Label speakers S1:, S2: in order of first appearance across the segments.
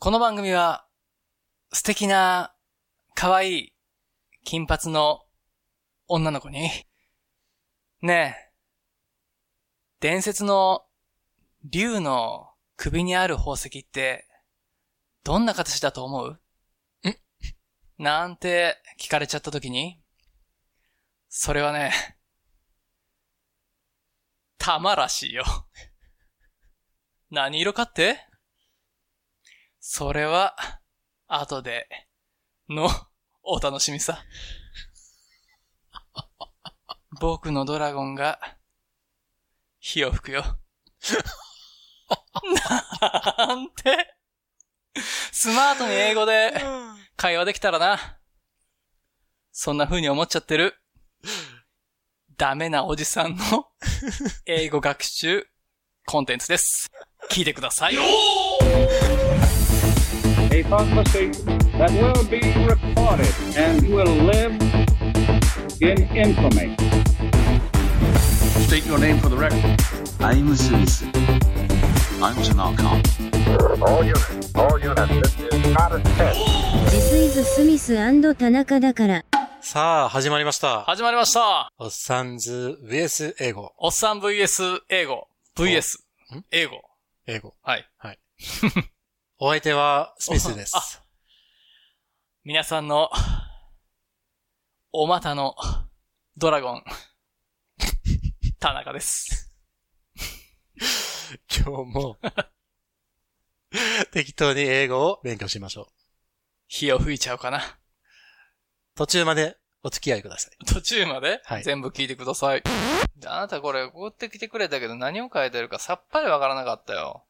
S1: この番組は、素敵な、可愛い、金髪の、女の子に、ねえ、伝説の、竜の首にある宝石って、どんな形だと思うんなんて聞かれちゃった時に、それはね、 玉らしいよ。 何色かってそれは、後で、の、お楽しみさ。 僕のドラゴンが、火を吹くよ。 なんて、 スマートに英語で会話できたらな。そんな風に思っちゃってる。ダメなおじさんの英語学習コンテンツです。聞いてください。a conversation that will be recorded and will live in infamy. State your name for the record. I'm Smith. I'm Jamal Khan. All units, all units, this is not a test. This is Smith and Tanaka だから。さあ、始まりました。始まりました。
S2: おっさんず VS 英語。
S1: おっさん VS 英語。VS 英語。
S2: 英語。
S1: はい。
S2: はい。お相手は、スミスです。
S1: 皆さんの、お股の、ドラゴン、田中です。
S2: 今日 も適当に英語を勉強しましょう。
S1: 火を吹いちゃうかな。
S2: 途中までお付き合いください。
S1: 途中まで、はい、全部聞いてください。あなたこれ、送ってきてくれたけど何を書いてるかさっぱりわからなかったよ。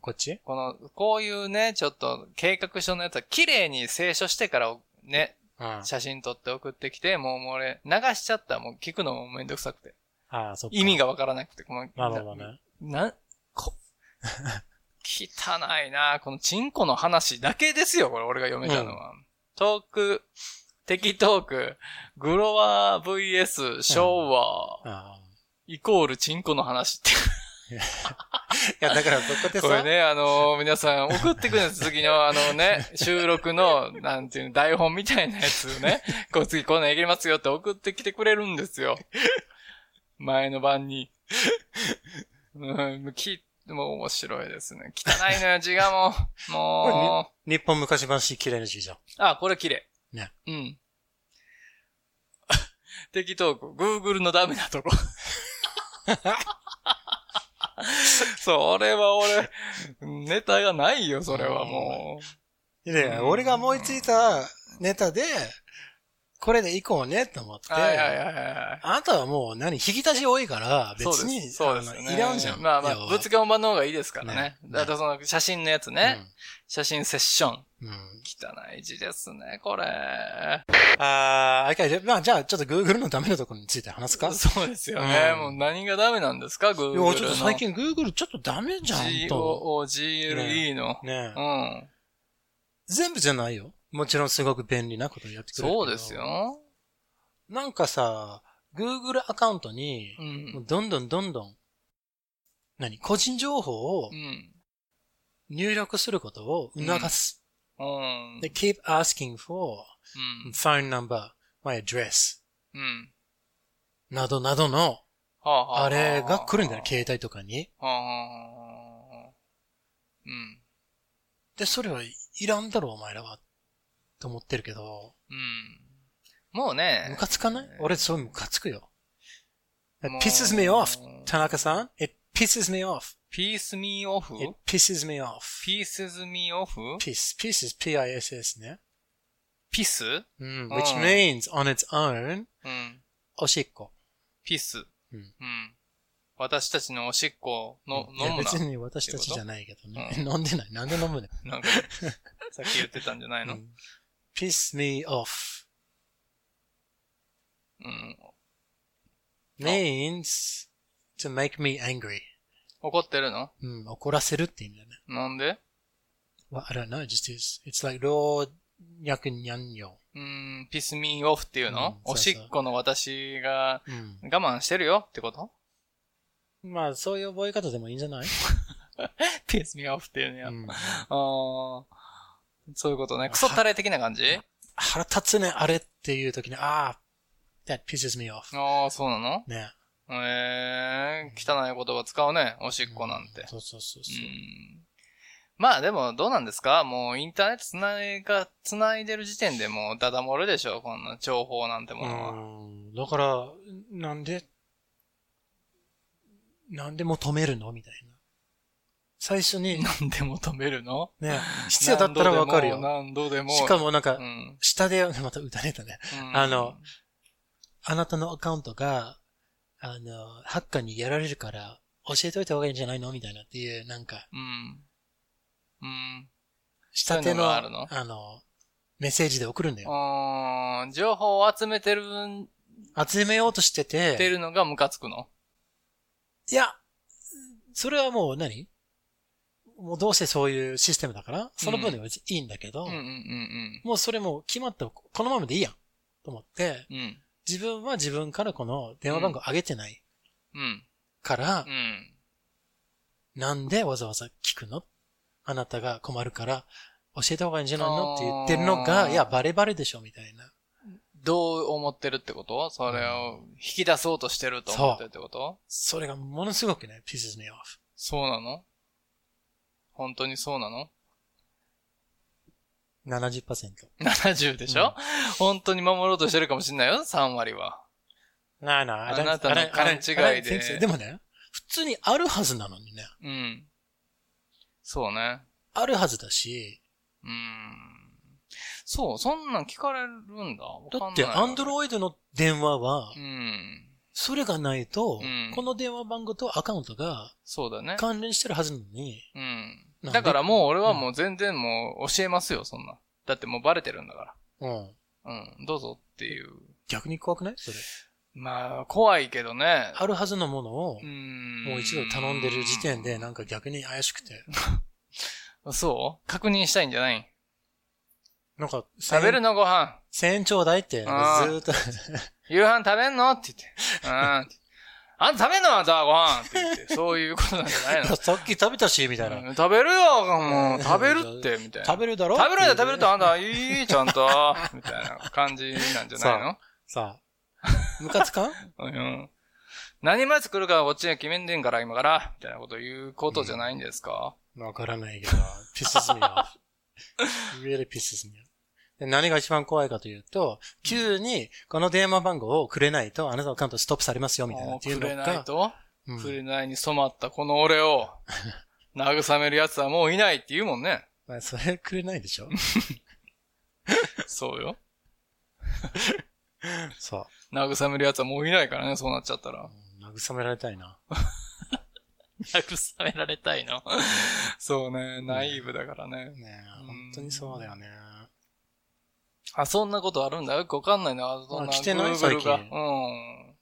S2: こっち
S1: この、こういうね、ちょっと計画書のやつは綺麗に清書してからね、うん、写真撮って送ってきて、もうもう俺、流しちゃったもう聞くのもめんどくさくて。
S2: ああ、そっ
S1: 意味がわからなくて、
S2: この、まあまあまあね。
S1: な、 こ、汚いなこのチンコの話だけですよ、これ俺が読めたのは。うん、トーク、敵トーク、グロワー VS 昭和、うん、イコールチンコの話って。
S2: いや、だからそこでさ。
S1: これね、あのー、皆さん送ってくるんです。次の、あのね、収録の、なんていうの、台本みたいなやつをね、こう次こんなんやりますよって送ってきてくれるんですよ。前の晩に。うん、き、もう面白いですね。汚いのよ、字がもう。も
S2: う。日本昔話綺麗な字じゃん。
S1: あ、これ綺麗。
S2: ね。
S1: うん。 適当、Google のダメなとこ。 それは俺、ネタがないよ、それはも
S2: う。いや、俺が思いついたネタで、これでいこうねって思って。
S1: はいはいはいはい。
S2: あなたはもう何、引き出し多いから、別に、
S1: そうですね。
S2: いらんじゃん。
S1: まあまあ、ぶつけ本番の方がいいですからね。ねだってその写真のやつね。うん、写真セッション。うん、汚い字ですね、これ。あ
S2: あ、まあ、じゃあ、ちょっと Google のダメなところについて話すか
S1: そうですよね。うん、もう何がダメなんですか ?Google の。
S2: いや、ちょっと最近 Google ちょっとダメじゃん
S1: と。GOOGLE の。 ね
S2: ねうん。全部じゃないよ。もちろんすごく便利なことやってくれる
S1: そうですよ。
S2: なんかさ、Google アカウントに、どんどんどんどん、うん、何個人情報を、入力することを促す。うん
S1: うん、
S2: they keep asking for、うん、phone number, my address、
S1: うん、
S2: などなどの、あれが来るんだよ、携帯とかに。
S1: うん、
S2: で、それはいらんだろ、お前らは。と思ってるけど。
S1: うん、もうね。
S2: ムカつかない俺、そうムカつくよ。It pisses me off, 田中さん。It pisses me off.
S1: piece me off?
S2: It pisses me off.
S1: pieces me off?
S2: piece, piece is p-i-s-s ね。
S1: piece?
S2: うん。which means on its own,
S1: うん。
S2: おしっこ。
S1: piece.
S2: うん。
S1: 私たちのおしっこの、飲むな。
S2: 別に私たちじゃないけどね。 飲んでない。なんで飲むね。
S1: なんか、さっき言ってたんじゃない の
S2: piss me off.
S1: うん。
S2: means to make me angry.
S1: 怒ってるの
S2: うん、怒らせるって意味だね。
S1: なんで
S2: ?Well, I don't know, just is. It's like, 老若にゃんよ。
S1: うん、piss me off っていうの、おしっこの私が我慢してるよってこと、
S2: まあ、そういう覚え方でもいいんじゃない
S1: piss me off っていうのや。うん、あそういうことね。クソったれ的な感じ
S2: 腹立つね、あれっていう時に、ああ、that pisses me off.
S1: ああ、そうなの
S2: ね。
S1: ええ汚い言葉使うね。おしっこなんて。
S2: そうそうそう
S1: う
S2: そう。
S1: ん。まあでも、どうなんですかもうインターネットつないが、つないでる時点でもうダダ漏れでしょこんな情報なんてものは。
S2: うんだから、なんで、なんでも止めるのみたいな。最 初に、
S1: 何でも止めるの
S2: ね、必要だったらわかるよ。
S1: 何度でも。
S2: しかもなん
S1: う
S2: か、
S1: ん、
S2: 下で、また歌ネタね。
S1: うん
S2: あの、あなたのアカウントが、あの、ハッカーにやられるから、教えといた方がいいんじゃないのみたいなっていう、なんか、
S1: うん。うん。
S2: 下
S1: そうい
S2: 手の、
S1: うのがあ
S2: あ
S1: るの
S2: の、メッセージで送るんだよ。
S1: うーん、情報を集めてるん、
S2: 集めようとしてて、
S1: てるのがムカつくの。
S2: いや、それはもう何もうどうせそういうシステムだから、その分では別にいいんだけど、
S1: うんうんうん
S2: もうそれもう決まった、このままでいいやん。と思って、
S1: うん。うん。
S2: 自分は自分からこの電話番号上げてない
S1: うん。
S2: から、
S1: うん。
S2: なんでわざわざ聞くのあなたが困るから、教えた方がいいんじゃないのって言ってるの
S1: あ
S2: が、
S1: ー
S2: いや、バレバレでしょ、みたいな。
S1: どう思ってるってことそれを引き出そうとしてると思ってるってこと
S2: それがものすごくね、pisses me off。
S1: そうなの本当にそうなの
S2: 70%。
S1: ?70 でしょ、本当に守ろうとしてるかもしんないよ ?3 割は。
S2: なあなあ、
S1: あなたの
S2: I don't- I don't- I don't
S1: 勘違いで
S2: think so. でもね、普通にあるはずなのにね。
S1: うん。そうね。
S2: あるはずだし、
S1: うーん。そう、そんなん聞かれるんだ。わかん
S2: だ
S1: ない
S2: って、アンドロイドの電話は
S1: う、ん。
S2: それがないと
S1: うん、
S2: この電話番号とアカウントが
S1: そうだね。
S2: 関連してるはずなのに、
S1: うんん。だからもう俺はもう全然もう教えますよ、そんな。だってもうバレてるんだか
S2: うん。
S1: ら。うん、どうぞっていう。
S2: 逆に怖くないそれ。
S1: まあ、怖いけどね。
S2: あるはずのものを
S1: う、ん。
S2: もう一度頼んでる時点で、なんか逆に怪しくて。
S1: そう確認したいんじゃない
S2: なんか、
S1: 食べるのご飯。
S2: 千円ちょうだいって、ず
S1: あー
S2: ーっと、
S1: 夕飯食べんのって言って。うん。あんた食べんのあんたご飯って言 って。そういうことなんじゃない
S2: さっき食べたし、みたいな。
S1: の、うん食べるよ、もう。食べるって、みたいな。
S2: 食べるだろ
S1: 食べるよ、食べると
S2: ろ
S1: あんた、いい、ちゃんと。みたいな感じなんじゃないの
S2: さあ、ムカつかん
S1: うん。何枚作るかはこっちが決めんでんから、今から。みたいなこと言うことじゃないんですか、
S2: わからないけど、pisses me off. really pisses me off. で何が一番怖いかというと、急にこの電話番号をくれないと、あなたのアカウントストップされますよ、みたいな
S1: も
S2: っていうう
S1: くれ
S2: の
S1: ない
S2: が、
S1: と、
S2: うん
S1: くれないに染まったこの俺を、 慰める奴はもういないって言うもんね。
S2: まあそれくれないでしょ
S1: そうよ。
S2: そ
S1: 慰める奴はもういないからね、そうなっちゃったら
S2: う。。慰められたいな。
S1: 慰められたいの。 そうね、ナイーブだからね。
S2: ねえ
S1: うん
S2: 本当にそうだよね。
S1: あ、そんなことあるんだよくわかんないな、そんな。
S2: 来てない
S1: Google
S2: 最近
S1: がうん。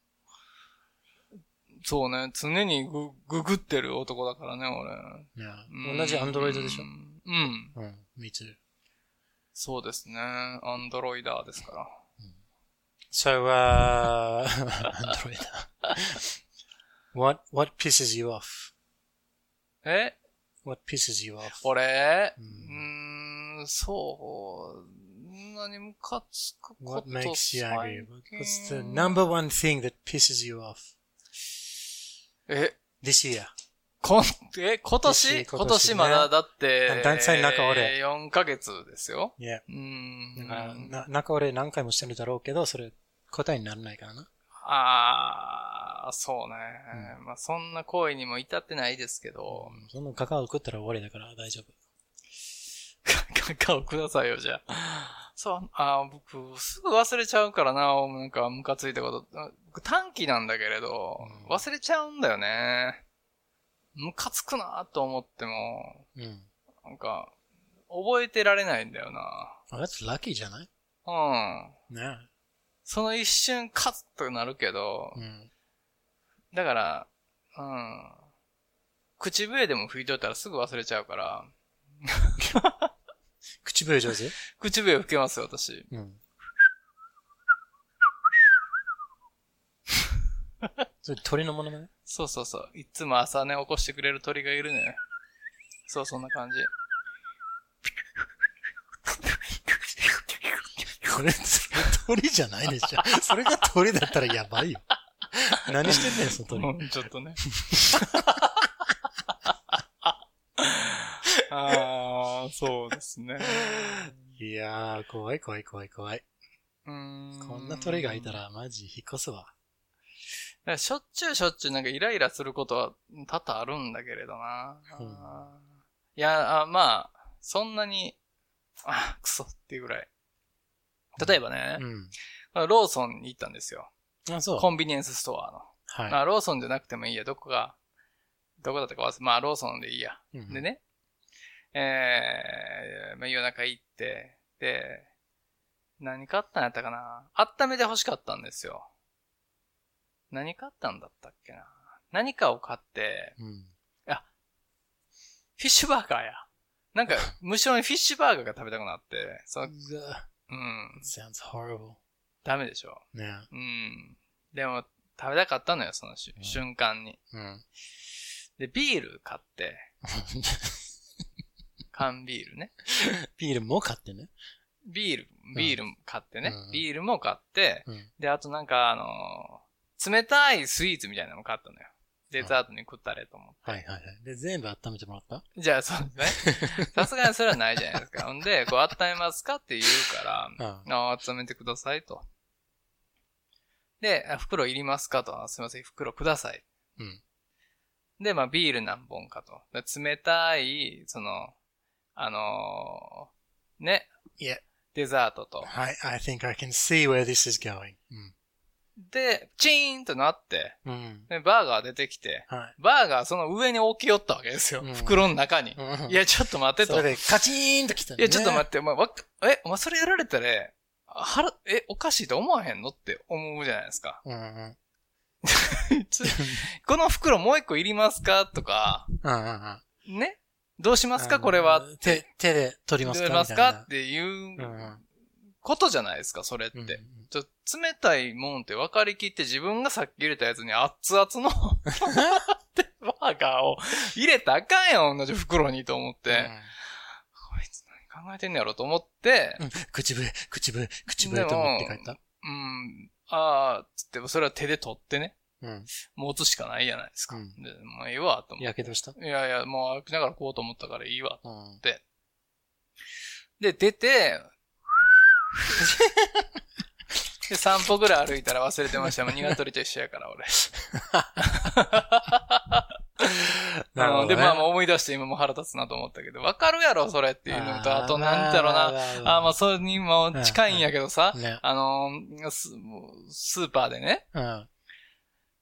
S1: そうね、常にグググってる男だからね、俺。
S2: ね
S1: うん
S2: 同じアンドロイドでしょ
S1: うんうん。
S2: うん、me too.
S1: そうですね。アンドロイダーですから。
S2: So, uh, Android. what, what pisses you off?
S1: え
S2: What pisses you off?
S1: 俺
S2: う
S1: うんーん、そう。何ムカつくこ
S2: What
S1: と
S2: makes you
S1: 最
S2: angry?
S1: 近
S2: What's the number one thing that pisses you off
S1: え、
S2: this year?
S1: こん、え、今年
S2: 今年今年ね
S1: 今年まだだって、
S2: 団体の中俺
S1: 4ヶ月ですよ。
S2: Yeah.
S1: うー
S2: だから、
S1: ん。
S2: な、中俺何回もしてるだろうけど、それ答えにならないからな。
S1: ああ、そうね。まあ、そんな行為にも至ってないですけど、
S2: そんなカカオ食ったら終わりだから大丈夫。
S1: カカオくださいよ、じゃあ。そう、あー僕、すぐ忘れちゃうからな、なんか、ムカついたこと。僕短期なんだけれど、
S2: うん
S1: 忘れちゃうんだよね。ムカつくなと思っても、
S2: うん。
S1: なんか、覚えてられないんだよな。
S2: あ、that's lucky じゃない
S1: うん。
S2: ね
S1: その一瞬、カッとなるけど
S2: う、ん。
S1: だから、うん。口笛でも吹いといたらすぐ忘れちゃうから、
S2: 口笛上手
S1: 口笛吹けますよ、私。
S2: うん。それ鳥のものまね
S1: そうそうそう。いつも朝ね、起こしてくれる鳥がいるのよ。そう、そんな感じ。
S2: それ、それ鳥じゃないでしょ。それが鳥だったらやばいよ。何してんねん、その鳥。
S1: うんちょっ とね。ああ、そうですね。
S2: いやー、怖い怖い怖い怖い。
S1: こ
S2: こん
S1: ん
S2: な鳥がいた。らマジ引っ越すわ。
S1: だからしょっちゅうしょっちゅうなんかイライラすることは多々あるんだけれどな。
S2: うん
S1: いやあ、まあ、そんなに、あ、クソっていうぐらい。例えばね、
S2: う
S1: ローソンに行ったんですよ。
S2: ん。あ、そう。
S1: コンビニエンスストアの。ま
S2: は
S1: あ、ローソンじゃなくてもいいや、どこが、どこだったか忘れ、まあ、ローソンでいいや。
S2: い。うん
S1: で。ね、えー、まあ、夜中行って、で、何買ったんやったかな温めて欲しかったんですよ。何買ったんだったっけな何かを買って、
S2: うん。
S1: フィッシュバーガーや。なん か、無性にフィッシュバーガーが食べたくなって、その、
S2: うわ
S1: うん、
S2: sounds horrible.
S1: ダメでしょ。
S2: ね
S1: うん。でも、食べたかったのよ、そのし
S2: うん
S1: 瞬間に。
S2: うん。
S1: で、ビール買っ て、缶ビールね。
S2: ビールも買ってね。
S1: ビール、ビール買ってね。
S2: うん
S1: ビールも買って、
S2: うん。
S1: で、あとなんか、あのー冷たいスイーツみたいなのも買ったのよ。デザートに食ったれと思って。
S2: はいはいはい。で、全部温めてもらった
S1: じゃあ、そうです ね。さすがにそれはないじゃないですか。ほんで、こう、温めますかって言うから、
S2: あ
S1: あー温めてくださいと。で、あ袋いりますかと。あすいません、袋ください。
S2: うん。
S1: で、まあ、ビール何本かと。で冷たい、その、あのーね。
S2: いえ
S1: デザートと。
S2: I, I think I can see where this is going.
S1: で、チーンとなって、
S2: うん。うん。
S1: で、バーガー出てきて、
S2: はい。
S1: バーガーその上に置きよったわけですよ。
S2: うん
S1: 袋の中に。
S2: うん
S1: いや、ちょっと待って
S2: そ
S1: と。
S2: れ
S1: い
S2: でカチーンと来たね。
S1: や、ちょっと待って、お前、わかえ、お前それやられたら、腹、え、おかしいと思わへんのって思うじゃないですか。
S2: うんうん。
S1: ちょこの袋もう一個いりますかとか、
S2: うんうんうん。
S1: ねどうしますかこれは。
S2: 手、手で取り
S1: どう
S2: ます
S1: し
S2: か
S1: ます
S2: みたい
S1: か
S2: な
S1: っていう
S2: うん
S1: ことじゃないですか、それって。
S2: うん。
S1: ちょ冷たいもんって分かりきって自分がさっき入れたやつに熱々のバーガーを入れたらあかんやん、同じ袋にと思って。こいつ何考えてんのやろと思って
S2: う、ん、うん口笛、口笛、口笛と思って帰った。
S1: うん、あー、つって、それは手で取ってね、
S2: うん。
S1: 持つしかないじゃないですか。
S2: うん
S1: で、まあいいわ、と思っ
S2: やけどした
S1: て。いやいや、もう歩きながらこうと思ったからいいわ。
S2: うん。
S1: で、出て、 で、散歩ぐらい歩いたら忘れてました。もう鶏と一緒やから、俺。
S2: なるほど
S1: うん
S2: ね
S1: で、まあまあ思い出して今も腹立つなと思ったけど、わかるやろ、それっていうのと、あと、なんだろうな。
S2: な
S1: あー、まあ、それにも近いんやけどさ、
S2: ね。
S1: あのース、もうスーパーでね、
S2: うん。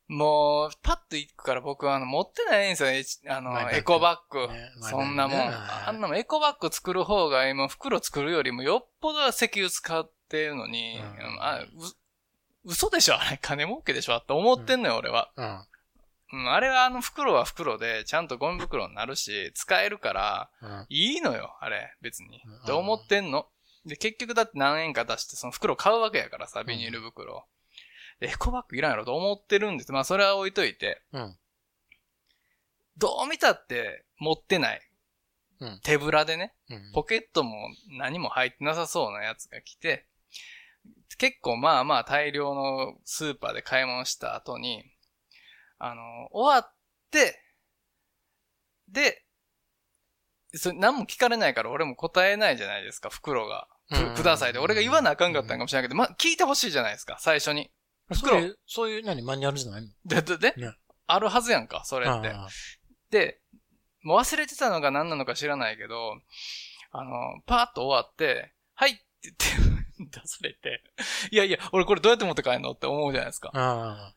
S1: もう、パッと行くから僕はあの持ってないんですよえち、あ
S2: マイバッ
S1: の、
S2: グ
S1: エコバッグ。
S2: ね
S1: そんなもん。
S2: まあね
S1: あんなもんエコバッグ作る方が今、袋作るよりもよっぽど石油使ってるのに、
S2: うん
S1: うんあう嘘でしょあれ、金儲けでしょって思ってんのよ、俺は。
S2: うん。
S1: うん、あれはあの袋は袋で、ちゃんとゴミ袋になるし、使えるから、
S2: うん。
S1: いいのよ、あれ、別に
S2: うん。
S1: どう思ってんので、結局だって何円か出して、その袋買うわけやからさ、ビニール袋。エコバッグいらんやろと思ってるんです。まあ、それは置いといて。
S2: うん
S1: どう見たって、持ってない。
S2: うん
S1: 手ぶらでね、
S2: うん
S1: ポケットも何も入ってなさそうなやつが来て、結構まあまあ大量のスーパーで買い物した後に、あの、終わって、で、それ何も聞かれないから俺も答えないじゃないですか、袋が。
S2: うん
S1: くくださいで。俺が言わなあかんかったんかもしれないけど、まあ、聞いてほしいじゃないですか、最初に。
S2: そういう、そういう何、マニュアルじゃないの
S1: で、で、で
S2: ね
S1: あるはずやんか、それって。
S2: あ
S1: で、もう忘れてたのか何なのか知らないけど、あの、パーッと終わって、はいって言って 出されて、いやいや、俺これどうやって持って帰んのって思うじゃないですか。
S2: ああ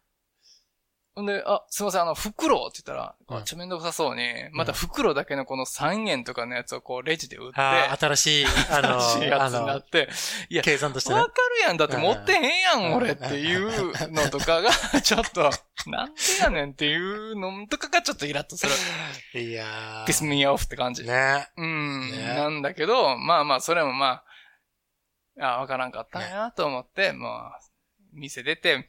S1: ほんで、あ、すいません、あの、袋って言ったら、
S2: うん
S1: めっちゃめんどくさそうに、また袋だけのこの3円とかのやつをこうレジで売って、
S2: ああ、新しい、あの、
S1: 新しいやつにな
S2: あ
S1: って、
S2: の、計算としてね
S1: わ。かるやん。だって持ってへんやん、俺っていうのとかが、ちょっと、なんでやねんっていうのとかがちょっとイラッとす る。
S2: いや
S1: piss
S2: ー。
S1: me off って感じ。
S2: ね。
S1: うん。
S2: ね
S1: なんだけど、まあまあ、それもまあ、あわからんかったんやなと思って、まあ、店出て、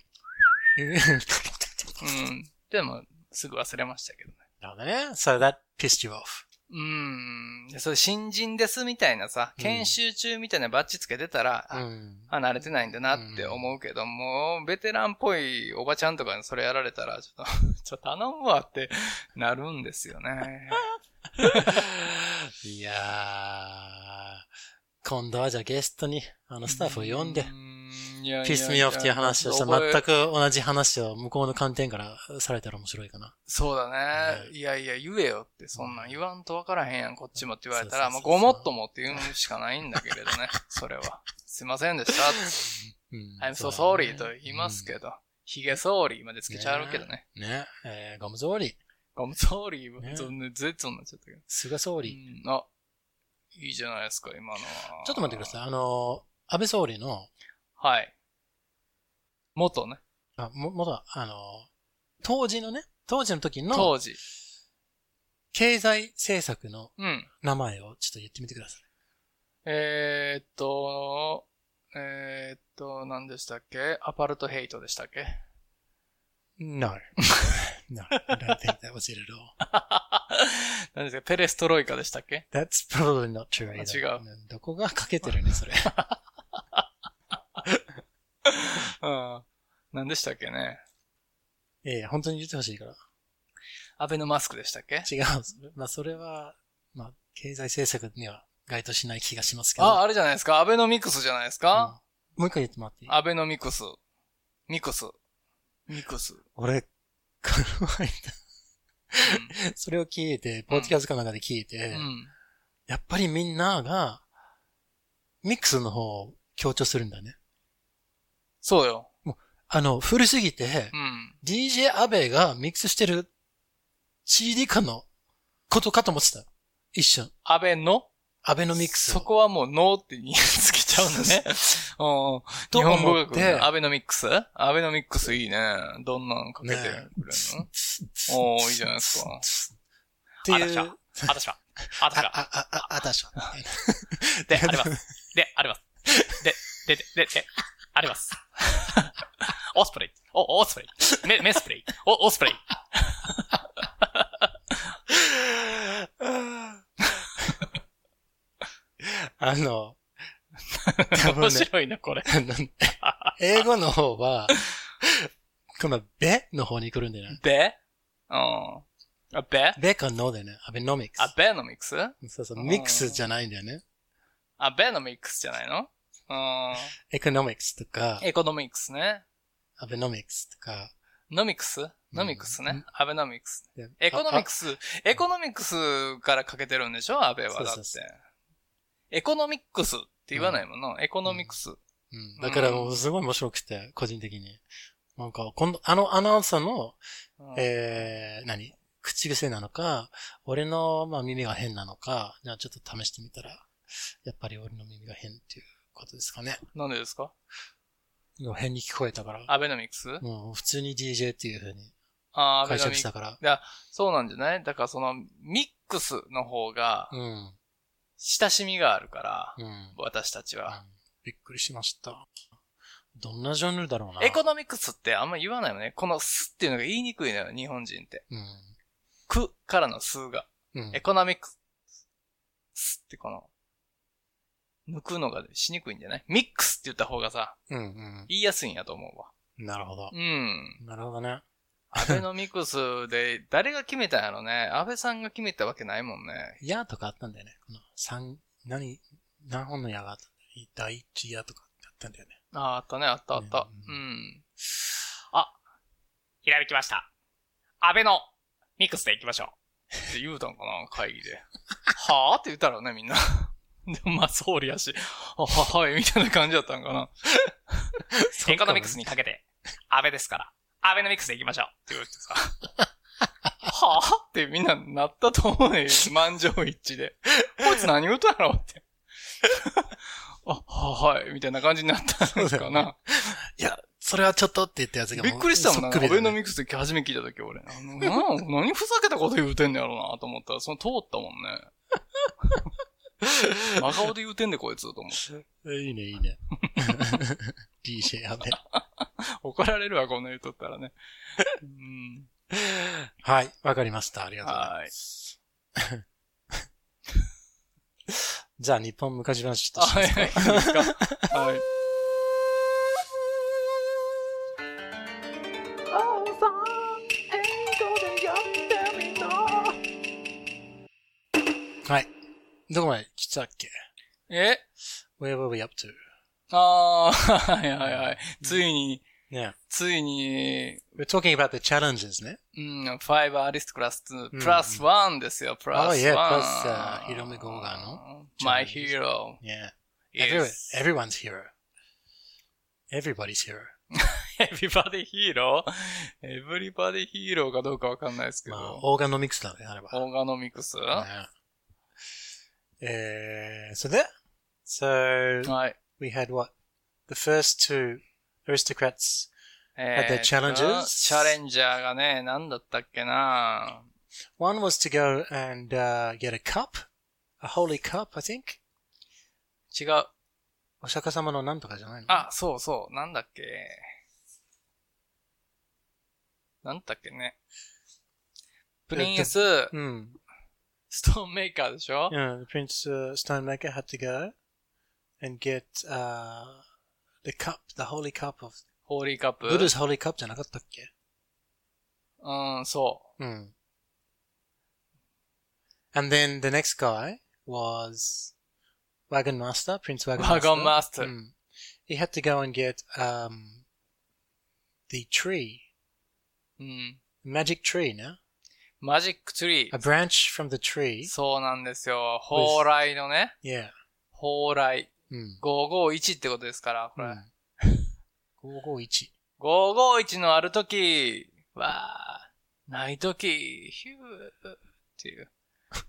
S1: うん。でも、すぐ忘れましたけどね。
S2: なるほどね。So that pissed you off.
S1: うん。でそう、新人ですみたいなさ、
S2: うん
S1: 研修中みたいなバッチつけてたら、あ
S2: ん。
S1: あ、慣れてないんだなって思うけど、もう、ベテランっぽいおばちゃんとかにそれやられたら、ちょっと、 ちょっと頼むわってなるんですよね。
S2: いやー、今度はじゃあゲストに、あの、 スタッフを呼んで、
S1: で
S2: ピースミオフっていう話をした
S1: ら
S2: 全く同じ話を向こうの観点からされたら面白いかな。
S1: そうだね。、
S2: はい
S1: やいや、言えよって、そんなん言わんと分からへんやん、こっちもって言われたら、
S2: そ
S1: も
S2: う
S1: う
S2: そうそう
S1: ご
S2: そう
S1: もっともって言うしかないんだけれどね、 それは。すいませんでした。
S2: うん。
S1: I'm so
S2: そうだね
S1: sorry と言いますけど、ヒゲソーリーまでつけちゃうけどね。
S2: うんね、えー、ゴムゾーリ、
S1: ゴムソーリー
S2: ね
S1: は、そんな、ずっとなっちゃったけど。
S2: 菅総
S1: う
S2: 理、
S1: んあ、いいじゃないですか、今のは。
S2: ちょっと待ってくだ
S1: い。
S2: さい。あの、安倍総理の、
S1: はい。元ね。
S2: あ、も、もと、あの、当時のね、当時の時の
S1: 当時。
S2: 経済政策の
S1: うん。
S2: 名前をちょっと言ってみてください。
S1: えー、っと、えー、っと、何でしたっけアパルトヘイトでしたっけ
S2: No. no, I don't think that was it at all.
S1: 何ですかペレストロイカでしたっけ
S2: That's probably not true
S1: あ
S2: either.
S1: 違う
S2: どこがかけてるね、それ。
S1: うん。何でしたっけね
S2: ええ本当に言ってほしいから。
S1: アベノマスクでしたっけ
S2: 違う。それまあ、それは、まあ、経済政策には該当しない気がしますけど。
S1: あ、あれじゃないですかアベノミクスじゃないですか、
S2: うんもう一回言ってもらっていい
S1: アベノミクス。ミクス。ミクス。
S2: 俺、この間、それを聞いて、ポッドキャストの中で聞いて、
S1: うん。
S2: やっぱりみんなが、ミックスの方を強調するんだね。
S1: そうよ。
S2: あの、古すぎて
S1: う、ん。
S2: DJ アベがミックスしてる CD 化のことかと思ってた。一瞬。
S1: アベノ
S2: アベノミックス
S1: そこはもうノーって言いつけちゃうの ね。うん。
S2: と
S1: 日本語
S2: 思っ
S1: 学
S2: て
S1: ね、アベノミックスアベノミックスいいね。どんなんかけてくれるの、おーいいじゃないですか
S2: っていう。
S1: あ私は。私
S2: あ、あ、あ、あ、あたしは。
S1: で、あります。で、あります。で、で、で、で、で、あります。オスプレイ。お、オスプレイ。メ、メスプレイ。お、オスプ レイ。
S2: あの、多
S1: 面
S2: 分ね、
S1: 白いな、これ。
S2: 英語の方は、このべの方に来るんだよね。
S1: で、うん。あ、べ
S2: べかのだよね。アベノミクス。
S1: あ、ベノミックス
S2: そうそう、
S1: うん
S2: ミックスじゃないんだよね。
S1: あ、ベノミックスじゃないのう
S2: エコノミクスとか
S1: ん。、エコノミックスね。
S2: アベノミクスとか。
S1: ノミクスノミクス
S2: うん
S1: ね。アベノミクス。
S2: で
S1: エコノミク
S2: あ
S1: ス、エコノミクスからかけてるんでしょ安倍は。だっ
S2: そう
S1: て
S2: そう。
S1: エコノミックスって言わないもんな。エコノミクス。
S2: あうんだからもうすごい面白くて、個人的に。なんか、今度、あのアナウンサーの、
S1: うん
S2: えー、何口癖なのか、俺の、まあ、耳が変なのか、じゃあちょっと試してみたら、やっぱり俺の耳が変っていうことですかね。
S1: なんでですか
S2: 変に聞こえたから。
S1: アベノミクス
S2: もう普通に DJ っていう風に
S1: あーアベノ
S2: 解釈
S1: ミク
S2: し
S1: ス
S2: た。から。
S1: そうなんじゃないだからそのミックスの方が
S2: うん。
S1: 親しみがあるから、
S2: うん。
S1: 私たちは。
S2: びっくりしました。どんなジャンルだろうな。
S1: エコノミクスってあんま言わないもんね。このスっていうのが言いにくいのよ、日本人って。
S2: うん。
S1: くからの数が。
S2: うん。
S1: エコノミックスってこの、抜くのがしにくいんじゃないミックスって言った方がさ、
S2: うん
S1: 言いやすいんやと思うわ。
S2: うん。なるほど
S1: う。ん。
S2: なるほどね。
S1: アベノミクスで、誰が決めたんやろね。安倍さんが決めたわけないもんね。
S2: 矢とかあったんだよね。この三、何、何本の矢があったんだよ第一矢とかあったんだよね。
S1: ああ、あったね、あったあった。う
S2: う
S1: んん。
S3: ひらめきました。安倍のミックスでいきましょう。
S1: って言うたんかな、会議で。 はあって言ったらね、みんな。 でもまあ、総理やし、あは、はい、みたいな感じだったんか な。
S3: エコノミクスにかけ て、安倍ですから、安倍のミックスでいきましょう。
S1: って言われてさ。はあってみんななったと思う ね。満場一致で。こいつ何言うとやろうって。 あ、は、はい、みたいな感じになったんですか
S2: そうだよ
S1: な。
S2: いや、それはちょっとって言ったやつがもう
S1: びっくりしたもんな。
S2: そっく
S1: ア
S2: りだ
S1: ベ
S2: ね
S1: ノミクスって初め聞いたとき俺。あのな何ふざけたこと言うてんのやろうなと思ったら、その通った もんね。真顔で言うてんでこいつと思って。
S2: いいね、いいね。DJ やべ。
S1: 怒られるわ、こんな言うとったらね。うん。
S2: はい、わかりました。ありがとうございます。じゃあ、日本昔話とし
S1: は
S2: ま
S1: い、
S2: すか
S1: はい、いいですか。はい。
S2: はい。どこまで来てたっけ
S1: え
S2: ?Where were we up to?
S1: ああ、はいはいはい。ついに、
S2: ね。
S1: ついに、
S2: We're talking about the challenges ね。
S1: うん、5アーティストクラス2、
S2: うん
S1: プラス1ですよ、プラス
S2: Oh,
S1: 1。
S2: yeah, plus, uh, Hiromi Goga の
S1: My hero
S2: Yeah.
S1: is
S2: Every, everyone's hero. Everybody's hero.
S1: everybody hero? everybody hero かどうかわかんないですけ
S2: まあ、
S1: ど。
S2: オーガノミクスだね、あれば。
S1: オーガノミクスは
S2: Yeah. Uh, so that, so
S1: い。
S2: we had what? The first two aristocrats.
S1: え
S2: the challenges?
S1: チャレンジャーがね、なんだったっけな
S2: One was to go and uh, get a cup, a holy cup, I think.
S1: 違う。
S2: お釈迦様のなんとかじゃないの
S1: あ、そうそう、なんだっけ。なんだっけね。プリンス、
S2: うん。
S1: ストーンメーカーでしょ
S2: Hmm. Yeah, the Prince uh, Stonemaker had to go and get uh, the cup, the holy cup of
S1: ホーリーカップ。
S2: Buddha's holy cup じゃなかったっけ
S1: うん、そ
S2: うん。And then the next guy was Wagon Master, Prince
S1: う。
S2: Wagon
S1: ワ
S2: Master.
S1: ゴンマスター。
S2: Mm. He had to go and get um, the tree,
S1: うん。
S2: magic tree, no?
S1: マジックツリ
S2: A
S1: ー。
S2: branch from the tree.
S1: そうなんですよ。蓬莱のね。
S2: Yeah.
S1: 蓬莱。
S2: Mm.
S1: 551ってことですから、これ。
S2: Mm. 551.
S1: 551のあるときは、ないとき、ヒューっていう。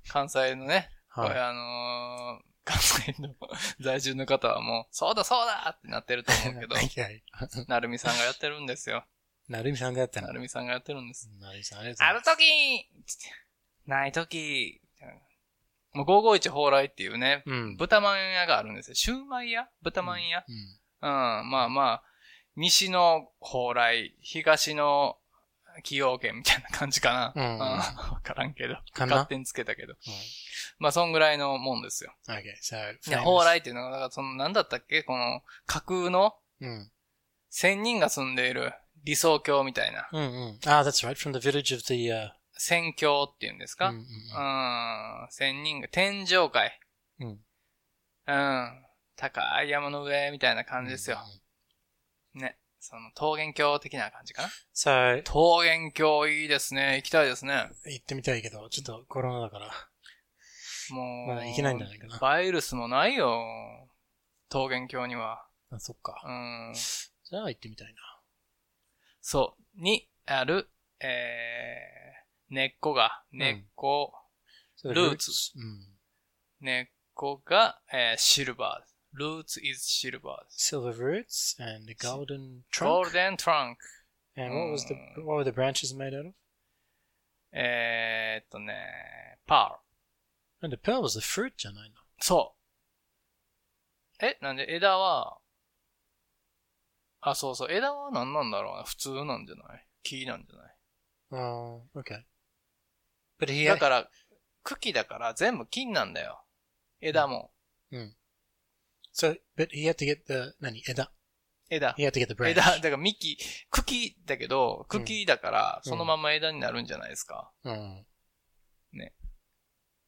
S1: 関西のね、これ
S2: はい。、
S1: あのー関西の在住の方はもう、そうだそうだってなってると思うけど
S2: はい。
S1: なるみさんがやってるんですよ。
S2: なるみさんがやったの
S1: な。るみさんがやってるんです。
S2: なるみさん、ありがとうござ
S1: あ
S2: いま
S1: るときないときもう551蓬莱っていうね、
S2: す。うん。
S1: 豚まん屋があるんですよ。シューマイ屋豚まん屋、
S2: うん。
S1: うん、まあまあ、西の蓬莱、東の崎陽軒みたいな感じかな。
S2: うん
S1: わからんけど。
S2: かな
S1: 勝手につけたけど。まあ、そんぐらいのもんですよ。
S2: Okay, so.
S1: いや、
S2: famous.
S1: 蓬莱っていうのが、だからその、なんだったっけこの、架空の
S2: うん。
S1: 仙人が住んでいる理想郷みたいな。
S2: うんうん。あ、that's Hmm, Ah, right, from the village of the, uh, hmm,
S1: 仙郷っていうんですか、
S2: うんうん
S1: Ah, うん、仙人が、天上界。
S2: うん
S1: うん。高い山の上みたいな感じです
S2: Hmm,
S1: よ。ね。その、桃源郷的な感じかな。
S2: So,
S1: 桃源郷いいですね。行きたいですね。
S2: 行ってみたいけど、ちょっとコロナだから。
S1: もう。
S2: まあ行けないんじゃないかな
S1: バイルスもないよ。桃源郷には。
S2: あ、そっか。
S1: うん。
S2: じゃあ行ってみたい
S1: そう。にある、えー、根っこが、
S2: ん
S1: 根っこ、
S2: な。
S1: ルーツ。
S2: うん。
S1: 根っこが、えー、シルバー。roots is silver.
S2: silver roots and the golden trunk.
S1: golden trunk.
S2: And what was the, what were the branches made out of?
S1: えー、っとね、パ
S2: And the pearl was the fruit じゃないの。
S1: ー。そう。え、なんで枝は、あ、そうそう。枝は何なんだろうな。普通なんじゃない木なんじゃない
S2: ああ、okay. But he,
S1: だから、茎だから全部金なんだよ。枝も。
S2: so, but he had to get the, 何枝。
S1: 枝。
S2: He had to get the branch.
S1: 枝、だから幹、茎だけど、茎だから、
S2: うん
S1: そのまま枝になるんじゃないですか。
S2: うん。
S1: ね。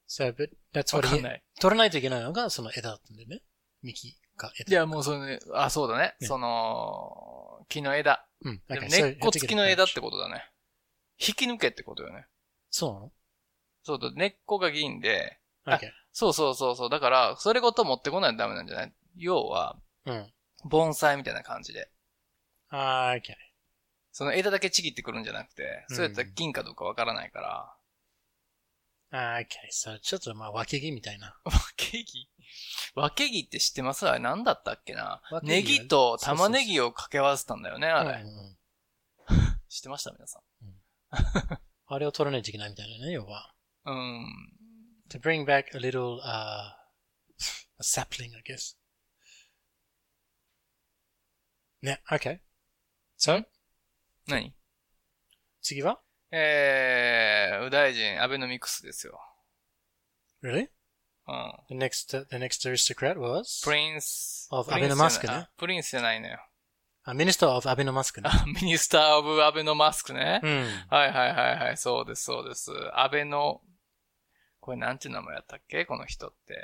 S2: So, but that's
S1: わ
S2: what
S1: か
S2: he,
S1: んない。
S2: 取らないといけないのがその枝だったんだよね。幹が枝。
S1: いや、もうそれ、あ、そうだね。
S2: ね
S1: その、木の枝。
S2: うん。
S1: で
S2: Okay,
S1: も
S2: so you
S1: 根っ
S2: have to
S1: こ
S2: get
S1: 付
S2: a
S1: きの枝っ
S2: branch.
S1: てことだね。引き抜けってことよね。
S2: そ
S1: そうだ、根っこが銀で、
S2: うなの ?Okay.
S1: そうそうそうそう。だから、それごと持ってこないとダメなんじゃない要は、
S2: うん。
S1: 盆栽みたいな感じで。
S2: あー Okay.
S1: その枝だけちぎってくるんじゃなくて、
S2: うん
S1: そうやったら銀かどうかわからないから。
S2: あー Okay. So, ちょっとまあ、分け木みたいな。
S1: わけぎわけぎって知ってますあれ何だったっけな
S2: わけぎは
S1: ネギと玉ねぎを掛け合わせたんだよね、あれ。
S2: うんうん
S1: 知ってました皆さ
S2: あれを取らないといけないみたいなね、要は。
S1: ん。うん。
S2: To bring back a little, uh, a sapling, I guess. ね、Okay. So,
S1: 何
S2: 次は
S1: えー、右大臣、アベノミクスですよ。
S2: ?Really?
S3: うん。
S2: The next, uh, the next aristocrat was?
S3: プリンス。
S2: Of
S3: プリンスじゃ
S2: Abenomisk
S3: ない
S2: ね
S3: あプリンスじゃないのよ。
S2: あ、minister Uh, of Abinomask ね。
S1: あ、ミニスター・オブ・アベノマスクね。
S2: うん。
S1: はいはいはいはい、そうですそうです。安倍の、これなんていう名前だったっけこの人って。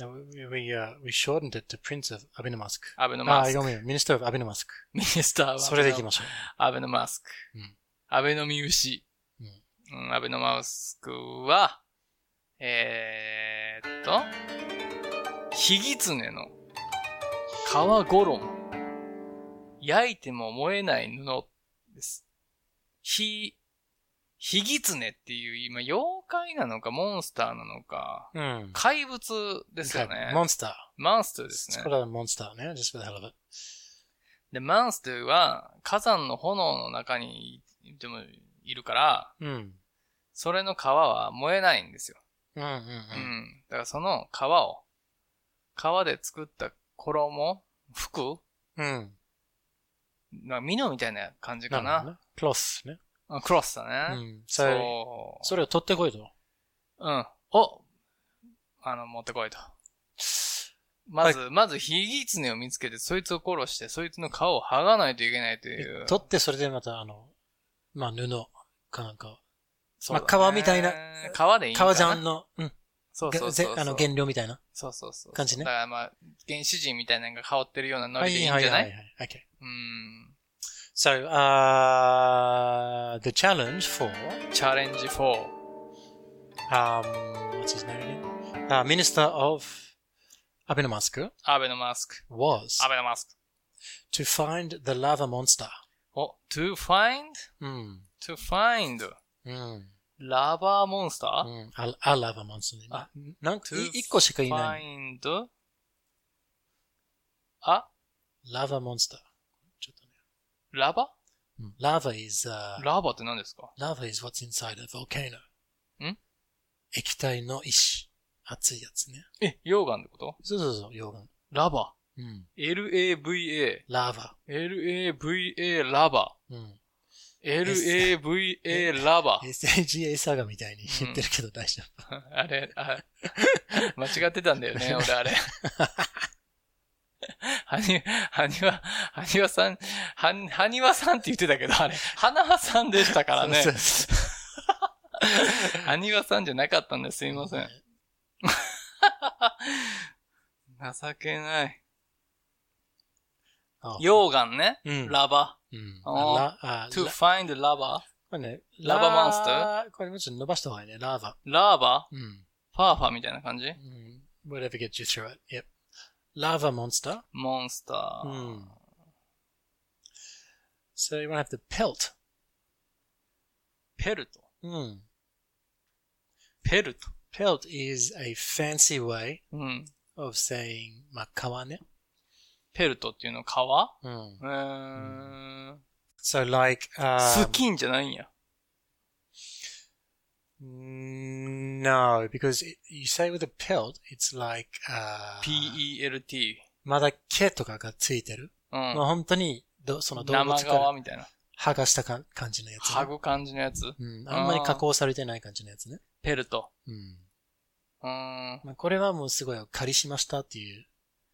S2: Now, We, we, uh, we shortened it to Prince of Abinomask.
S1: 安倍のマ
S2: あ、
S1: スク。
S2: ごめん、minister of Abinomask。
S1: ミニスターは。
S2: それでいきましょう。
S1: 安倍のマスク
S2: うん。
S1: 安倍の三牛。
S2: う
S1: うん、安倍のマスクは、えーっと、ヒギツネの皮ゴロン。焼いても燃えない布です。ひ、ヒギツネっていう今妖怪なのかモンスターなのか、
S2: うん。
S1: 怪物ですよね。
S2: モンスター。
S1: マンスターですね
S2: こ。れはモンスターね。just for the hell of it.
S1: で、マンスターは火山の炎の中にいでもいるから、
S2: うん。
S1: それの皮は燃えないんですよ。
S2: うんうんう。
S1: うんん。だからその皮を、皮で作った衣服
S2: うん。
S1: まあ、ミノみたいな感じか
S2: なるほ
S1: な。
S2: どね。クロスね。
S1: あクロスだ
S2: う
S1: ね。
S2: ん。それ、
S1: そ
S2: それを取ってこいと。
S1: う。うん。おあの、持ってこいと。まず、まず、ヒギツネを見つけて、そいつを殺して、そいつの皮を剥がないといけないという。
S2: 取って、それでまた、あの、まあ、布かなんか、
S1: そうだね
S2: まあ皮みたいな
S1: 皮でいいんかな
S2: 革ジャンの、うん。
S1: そう
S2: げ
S1: そう
S2: ぜ
S1: そう。
S2: あの、原料みたいな。
S1: そうそうそう。
S2: 感じね
S1: だからまあ、原始人みたいなのが羽織ってるようなノ
S2: は
S1: リでいい
S2: い
S1: んじゃな
S2: はい
S1: い、
S2: はいはい。Okay.
S1: うん。
S2: So, uh, the challenge for,
S1: チャレンジ4。
S2: um, what's his name again? Uh, Minister of Abinomask
S1: アベノマスク。
S2: was
S1: アベノマスク。
S2: to find the lava monster.
S1: お、to find,
S2: Mm.
S1: to find,
S2: Mm.
S1: ラバーモンスタ
S2: Mm. A, a lava monster.
S1: あ
S2: なんか、
S1: ー
S2: い一個しかいない。
S1: find,
S2: ラバ monster. ちょっとね
S1: ラバ
S2: うん。lava is, uh,
S1: ラバって何ですか
S2: lava is what's inside a volcano.
S1: ん
S2: 液体の石。熱いやつね。
S1: え、溶岩ってこと
S2: そうそうそう、溶岩。
S1: ラバ。
S2: うん。
S1: lava, lava,
S2: lava。
S1: ラバ。
S2: うん。
S1: lava, ラバ。
S2: SAGA サガみたいに言ってるけど大丈夫。
S1: あれ、あ、間違ってたんだよ ね、俺あれ。 はに、はにわ、はにわさん、はに、はにわさんって言ってたけど、あれ、はなはさんでしたからね
S2: そう。そうそう
S1: はにわさんじゃなかったんですいません。情けない。
S2: あ
S1: 溶岩ね。
S2: うん。
S1: ラバ。
S2: うん。
S1: あ
S2: ラ、あ、
S1: to
S2: ラ
S1: find lava.
S2: これね、
S1: ラバモンスタ
S2: ーこれもうちょっと伸ばした方がいいね、ラーバ。
S1: ラーバ
S2: うん。
S1: ファーファーみたいな感じ
S2: うん。whatever gets you through it. Yep. ラーバモンスター
S1: モンスター。
S2: Mm. So you're gonna have to pelt.
S1: ペルト。
S2: Mm.
S1: ペルト。
S2: Pelt is a fancy way
S1: うん。
S2: of saying makawane.
S1: ペルトっていうの皮
S2: Mm.
S1: うーん。
S2: So like
S1: ス
S2: um,
S1: キンじゃないんや。
S2: no, because it, you say with a pelt, it's like uh,
S1: P-E-L-T。
S2: まだ毛とかがついてる。
S1: う
S2: ま
S1: ん。
S2: あ本当にどその動
S1: 生
S2: 物
S1: 皮
S2: から
S1: みたいな。
S2: 剥がしたか感じのやつ、
S1: 剥ぐ感じのやつ。
S2: うん。あんまり加工されてない感じのやつね。
S1: ペルト。
S2: うん。
S1: うーん。
S2: まあ、これはもうすごい仮しましたっていう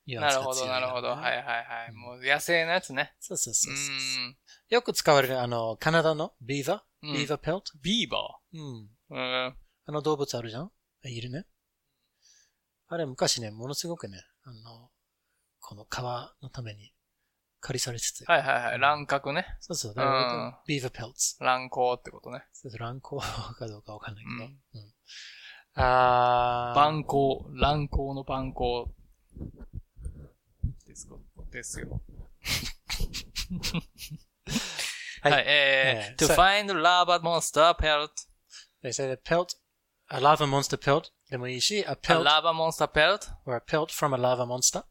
S2: ニュアン
S1: な
S2: ス
S1: る
S2: が
S1: ほ
S2: 強
S1: ど、
S2: い
S1: なるほど。はいはいはい。もう野生のやつね。
S2: そうそう
S1: う
S2: そうそう。
S1: ーん。
S2: よく使われる、あの、カナダのビーバ
S1: う
S2: ー、
S1: ん
S2: ビーバーペルト。
S1: ビーバ
S2: うん。
S1: ー。うん。
S2: あの動物あるじゃんいるね。あれ昔ね、ものすごくね、あの、この皮のために狩りされてて。
S1: はいはいはい。乱獲ね。
S2: そうそう。
S1: ん
S2: ビーバーペルツ。
S1: 乱行ってことね。
S2: そうそう乱行かどうかわかんないけ
S1: う
S2: ど。
S1: ん
S2: うんあー。
S1: 蛮行。乱行の蛮行。ですこですよ。
S2: はい
S1: はい。えー、
S2: え
S1: to
S2: ー
S1: find lava monster pelt,
S2: They say that pelt, a lava monster pelt でもいいし、a
S1: a
S2: pelt
S1: lava monster pelt.
S2: or a pelt from a lava monster.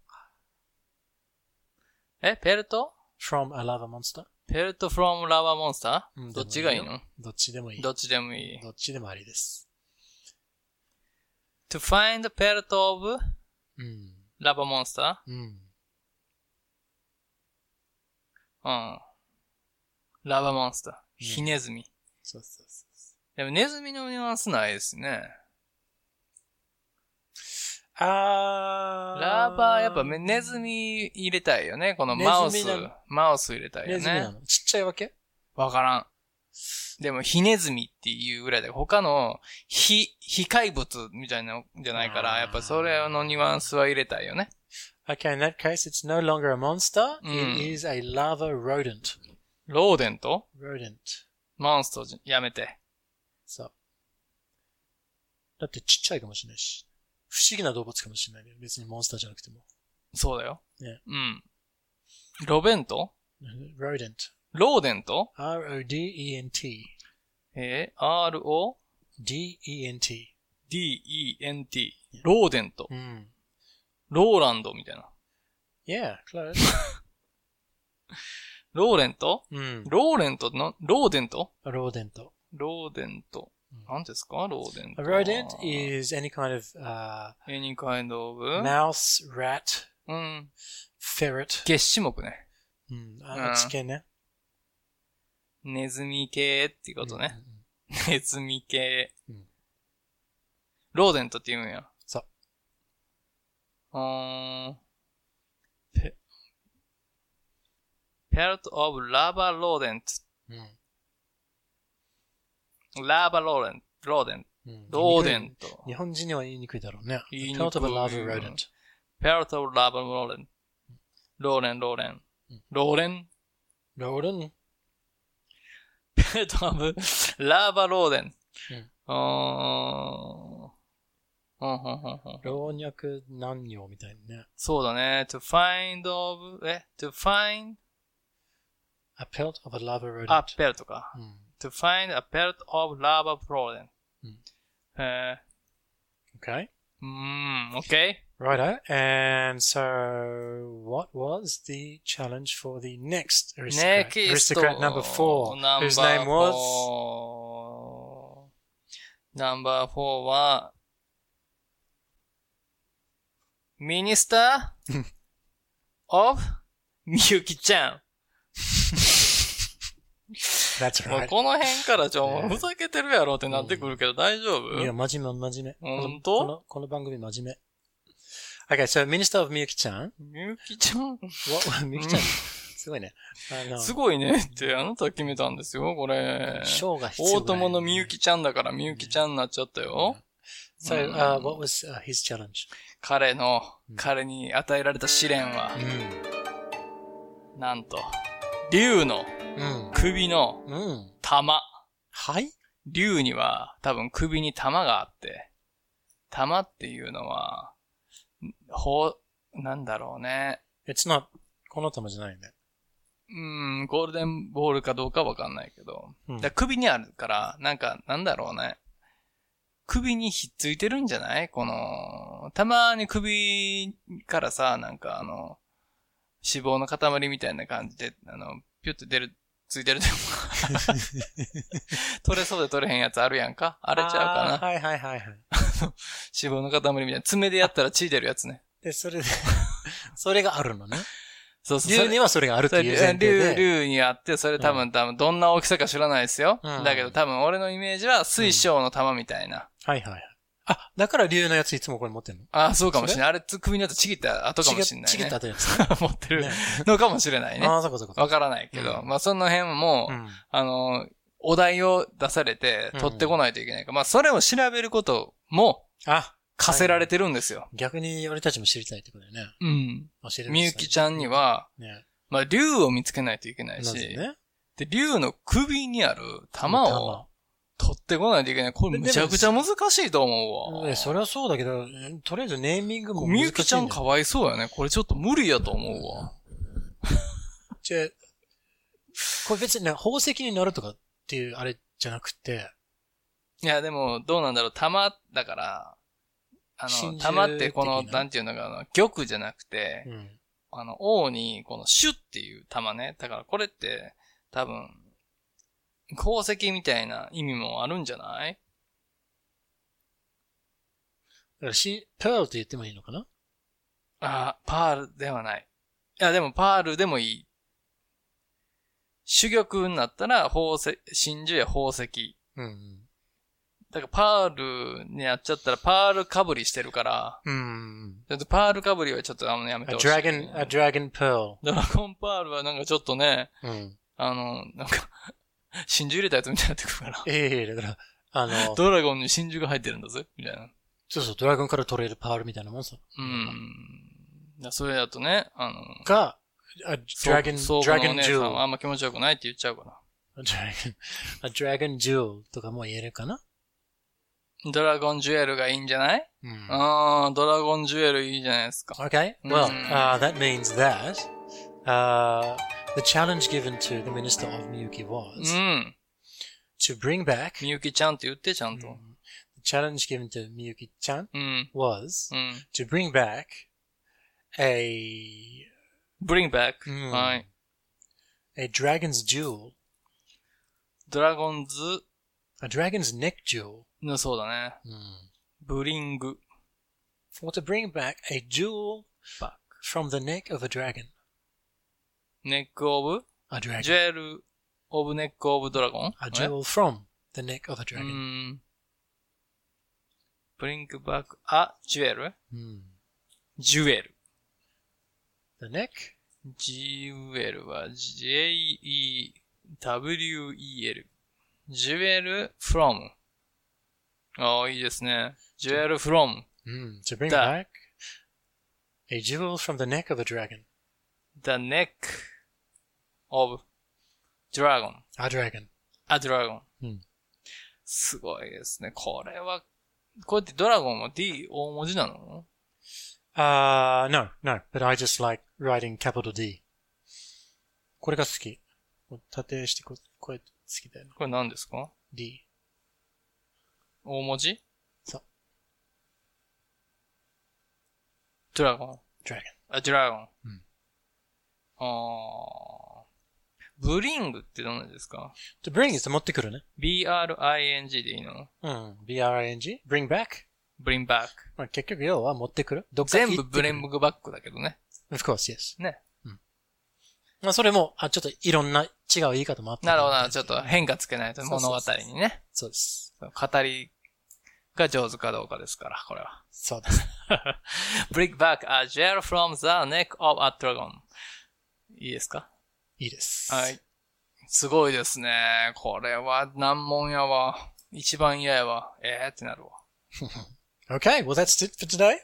S1: え、ペルト
S2: from a lava monster.
S1: ペルト from lava monster?
S2: うん
S1: どっちがいい
S2: で
S1: の
S2: どっちでもいい。
S1: どっちでもいい。
S2: どっちでもありです。
S1: to find the pelt of
S2: うん。
S1: lava monster?
S2: うん。
S1: うん。ラバーモンスター。
S2: うん
S1: ヒネズミ。
S2: そうそうそうそ
S1: でもネズミのニュアンスないですね。
S2: あー。
S1: ラーバーやっぱめネズミ入れたいよね。このマウス
S2: ネズミなの。
S1: マウス入れたい
S2: ネ
S1: よ
S2: ズミな
S1: ね。
S2: の。ちっちゃいわけ
S1: わからん。でも、ヒネズミっていうぐらいで、他の、非、非怪物みたいなのじゃないか
S2: あ
S1: ら、
S2: ー
S1: やっぱそれのニュアンスは入れたいよね。
S2: Okay, in that case, it's no longer a monster.
S1: Mm.
S2: It is a lava rodent.
S1: ローデント
S2: Rodent.
S1: モンストじやめて。
S2: そう。だってちっちゃいかもしれないし。不思議な動物かもしれないね。別にモンスターじゃなくても。
S1: そうだよ。
S2: ね
S1: うん。ロベント
S2: rodent.
S1: ローデント
S2: E R-O-D-E-N-T.
S1: えー ?R-O?
S2: E D-E-N-T.
S1: D-E-N-T。ローデント。
S2: Mm.
S1: ローランドみたいな。
S2: Yeah, close.
S1: ローレント
S2: mm.
S1: ローレントの、ローデント
S2: A rodento.
S1: ローデント。何ですかローデント。
S2: A rodent is any kind of uh,
S1: any kind of,
S2: mouse, rat,
S1: うん。
S2: ferret.
S1: 月種目ね。
S2: Mm.
S1: Ah.
S2: Uh, it's again, yeah.
S1: ネズミ系っていうことね。ネズミ系
S2: うん。
S1: ローデントって言うんや。
S2: そう。
S1: うーん。ペ、ペルトオブラバーローデント。
S2: Mm, mm,
S1: ラバーローデント。ローデン
S2: mm.
S1: ト。ローデント。
S2: 日本人には言いにくいだろうね。
S1: 言いにくい
S2: Pelt of a lava rodent.
S1: ペルトオブラバーローデント。ローレン、ローレン
S2: うん。
S1: ローレン
S2: Rodent.
S1: ペルトオブラバーローデン
S2: うん。
S1: うーん。うん、うん、うん、うん。
S2: 老若男女みたいなね。
S1: そうだね。to find of, え to find
S2: A pelt of a lava rodent.
S1: a pelt か。
S2: うん
S1: to find a pelt of lava rodent.
S2: うん
S1: え
S2: Okay.
S1: ー、うーん、okay?
S2: Righto. And so, what was the challenge for the next aristocrat?
S1: Next
S2: aristocrat number four,
S1: number
S2: whose name was
S1: was? Number four は、Minister of みゆきちゃん。
S2: That's
S1: もう
S2: right.
S1: この辺からちょ、も
S2: ね
S1: うふざけてるやろってなってくるけど大丈夫
S2: いや、真面目、真面目。
S1: ほん
S2: こ
S1: と
S2: のこの番組真面目。Okay, so Minister of Miyuki-chan.
S1: みゆきちゃん
S2: What, Miyuki-chan. すごいね。あの、
S1: すごいねってあなた決めたんですよ、これ。
S2: 賞が必要
S1: 大
S2: ぐらい
S1: 友のみゆきちゃんだからみゆきちゃんになっちゃったよ。
S2: So, uh, what was uh, his challenge?
S1: 彼の
S2: うん、
S1: 彼に与えられた試練は
S2: う、ん。
S1: なんと、竜の首の
S2: うん。うん。
S1: 玉。
S2: はい
S1: 竜には多分首に玉があって、玉っていうのは、ほう、なんだろうね。
S2: It's not, この玉じゃないね。
S1: うん、ゴールデンボールかどうかわかんないけど。
S2: うん
S1: だから首にあるから、なんか、なんだろうね。首にひっついてるんじゃないこの、たまに首からさ、なんかあの、脂肪の塊みたいな感じで、あの、ピュって出る、ついてるで も取れそうで取れへんやつあるやんかあれちゃう
S2: あー
S1: かな
S2: はいはいはいはい。
S1: 脂肪の塊みたいな。爪でやったら血出るやつね。
S2: で、それで、 それがあるのね。
S1: そうそう。そ
S2: 竜
S1: れ
S2: にはそれがあるって
S1: それ
S2: いう前提
S1: 竜、
S2: で。
S1: 竜にあって、それ多分多分どんな大きさか知らないですよ。
S2: うん
S1: だけど多分俺のイメージは水晶の玉みたいな。
S2: はいはいはい。あ、だから竜のやついつもこれ持ってんの
S1: ああ、そうかもしれない。あれつ、首のやつちぎった後かもしれない、ね。
S2: ちぎった後やつ
S1: 持ってる
S2: ね。
S1: のかもしれないね。
S2: ああ、そこそこ。
S1: わからないけど。
S2: うん
S1: まあその辺も、
S2: うん。
S1: あの、お題を出されて
S2: うん
S1: 取ってこないといけないから、まあそれを調べることも
S2: あ、
S1: 課せられてるんですよ。
S2: 逆に俺たちも知りたいってことだよね。
S1: うん。
S2: 教えてください
S1: みゆきちゃんに。は、
S2: ね。
S1: まあ竜を見つけないといけな
S2: ないぜ
S1: し、
S2: ね。
S1: で、竜の首にある玉を、取ってこないといけない。これ
S2: で
S1: むちゃくちゃ難しいと思
S2: 玉。
S1: う
S2: ね
S1: わ。
S2: それはそうだけど、とりあえずネーミングも難しい
S1: み
S2: だよ。
S1: ゆきちゃんかわいそうやね。これちょっと無理やと思うわ。
S2: じゃあこれ別にね、宝石になるとかっていうあれじゃなくて、
S1: いや、でも、どうなんだろう。玉だから、あ
S2: 真
S1: の、
S2: 珠
S1: 玉ってこの、
S2: 的な
S1: なんていうのかな、玉じゃなくて、
S2: うん
S1: あの、王に、この、シュっていう玉ね。だからこれって、多分、功績みたいな意味もあるんじゃない
S2: だからし、ペールと言ってもいいのかな
S1: あ、パールではない。いや、でもパールでもいい。主玉になったら、宝石、真珠や宝石。
S2: うんうん。
S1: だからパールにやっちゃったらパールかぶりしてるから、
S2: うん。
S1: ちょっとパールかぶりはちょっとあのやめて
S2: A
S1: ほしい、
S2: dragon, a dragon pearl.
S1: ドラゴンパールはなんかちょっとね、
S2: うん。
S1: あの、なんか、真珠入れたやつみたいになってくるから。
S2: ええだから、あ の、
S1: ドラゴンに真珠が入ってるんだぜみたいな。
S2: そうそう、ドラゴンから取れるパールみたいなもんさ。
S1: うん。だからそれだとね、あの、
S2: が、a dragon,
S1: そうそうこのお
S2: dragon
S1: 姉さんは
S2: jewel.
S1: あんま気持ちよくないって言っちゃうか
S2: A dragon, a dragon jewel とかも言えるかな
S1: ら。ドラゴンジュエルがいいんじゃない
S2: うん
S1: ああ、ドラゴンジュエルいいじゃないですか。
S2: Okay. Well,
S1: Mm.
S2: uh, that means that uh, the challenge given to the minister of Miyuki
S1: う
S2: was
S1: ん。
S2: to bring back.
S1: みゆきちゃんって言って、ちゃん
S2: Mm.
S1: と。
S2: The challenge given to Miyuki-chan
S1: うん。
S2: was
S1: うん。
S2: to bring back a
S1: bring back.
S2: うん
S1: はい。
S2: a dragon's jewel,
S1: ドラゴンズ
S2: a dragon's neck jewel,
S1: の、そうだね。
S2: Mm.
S1: bring
S2: or to bring back a jewel
S1: back.
S2: from the neck of a dragon.
S1: neck of?
S2: A dragon,
S1: ジュエル of neck of dragon?
S2: a jewel from the neck of a
S1: う
S2: dragon.
S1: ん。bring back a jewel?
S2: Mm.
S1: ジュエル。
S2: The neck
S1: ジュエルは J-E-W-E-L。ジュエル from。ああ、いいですね。ジュエル from
S2: Mm, to bring
S1: Da.
S2: back a jewel from the neck of a dragon.
S1: the neck of dragon.
S2: A dragon.
S1: あ、ドラゴン。
S2: うん
S1: すごいですね。これは、こうやってドラゴンは D 大文字なの
S2: Uh, no, no, but I just like writing capital D. これが好き。縦してこ、これ好きだよね。
S1: これ何ですか
S2: D。
S1: 大文字
S2: そう。
S1: ドラゴン。
S2: dragon.
S1: あ、ドラゴン。
S2: うん
S1: あー。ブリングってどんなんですか
S2: To bring is 持ってくるね。
S1: ?bring でいいの
S2: うん。b-r-i-n-g. bring back.
S1: ?bring back。
S2: まあ、結局要は持ってくる。どっか
S1: 全部
S2: ブ
S1: ブレ
S2: レ
S1: ングバックだけどね。
S2: of course, yes.
S1: ね。
S2: うん。まあ、それも、あ、ちょっといろんな違う言い方もあった。
S1: なるほどな。ちょっと。変化つけないと
S2: そう
S1: 物
S2: そう
S1: 語
S2: そう
S1: にね。
S2: そうです。
S1: 語りが上手かどうかですから、これは。
S2: そうです。
S1: Bring back a gel from the neck of a dragon. いいですか
S2: いいです。
S1: はい。。すごいですね。これは難問やわ。一番嫌やわ。えーってなるわ。
S2: Okay, well that's it for today.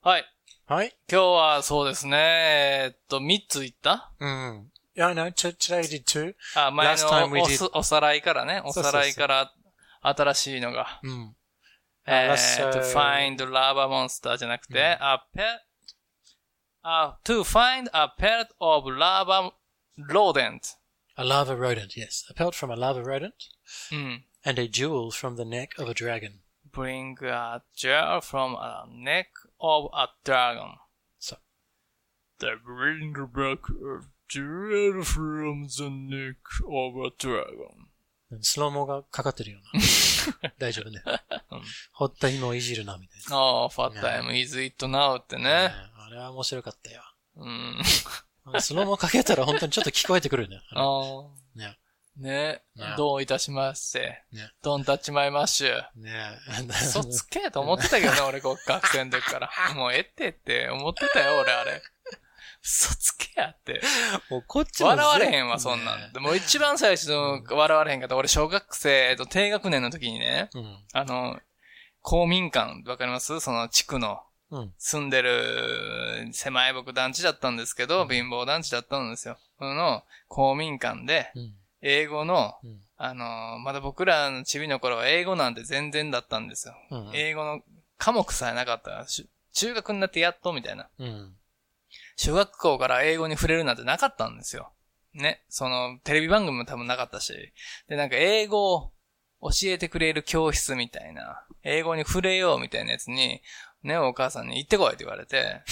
S1: はい。
S2: はい。
S1: 今日はそうですね。えーっと、3つ言った
S2: うん。Yeah, I know. T- today I did two.
S1: あ、前
S2: Last time we
S1: のお
S2: did-
S1: すおさらいからね。お
S2: そうそうそう
S1: さらいから新しいのが。
S2: うん。
S1: え
S2: last,
S1: ーっと、
S2: uh,
S1: find lava monster じゃなくて、a pet, a, to find a pet of lava rodent.
S2: A lava rodent, yes. A pelt from a lava rodent
S1: うん。
S2: and a jewel from the neck of a dragon.
S1: bring a jewel from a neck of a dragon.
S2: So.
S1: They bring back a jewel from the neck of a dragon.
S2: スローモがかかっ てるような。大丈夫ね。ほった紐をいじるな、みたいな。
S1: ああ、fat time is it now ってね。
S2: うんあれは面白かったよ。
S1: うん。
S2: スローモかけたら本当にちょっと聞こえてくるね。
S1: ああ。
S2: ね。
S1: ね
S2: ね
S1: どういたしまして。
S2: ね
S1: どんたちまいまっしゅ。
S2: ね
S1: そつけえと思ってたけどね、俺、こう学生の時から。もうええってって思ってたよ、俺、あれ。そつけやって。
S2: もうこっちも
S1: 笑われへんわ、そんな
S2: ね
S1: ん。でも一番最初の笑われへんかった。俺、小学生と低学年の時にね、
S2: うん。
S1: あの、公民館、わかりますその地区の、
S2: うん。
S1: 住んでる、狭い僕団地だったんですけど、貧乏団地だったんですよ。その、公民館で、
S2: うん。
S1: 英語の
S2: うん、
S1: あの、まだ僕らのチビの頃は英語なんて全然だったんですよ。
S2: うん。
S1: 英語の科目さえなかった。し中学になってやっとみたいな。
S2: うん。
S1: 小学校から英語に触れるなんてなかったんですよ。ね。その、テレビ番組も多分なかったし。で、なんか英語を教えてくれる教室みたいな、英語に触れようみたいなやつに、ね、お母さんに行ってこいって言われ て、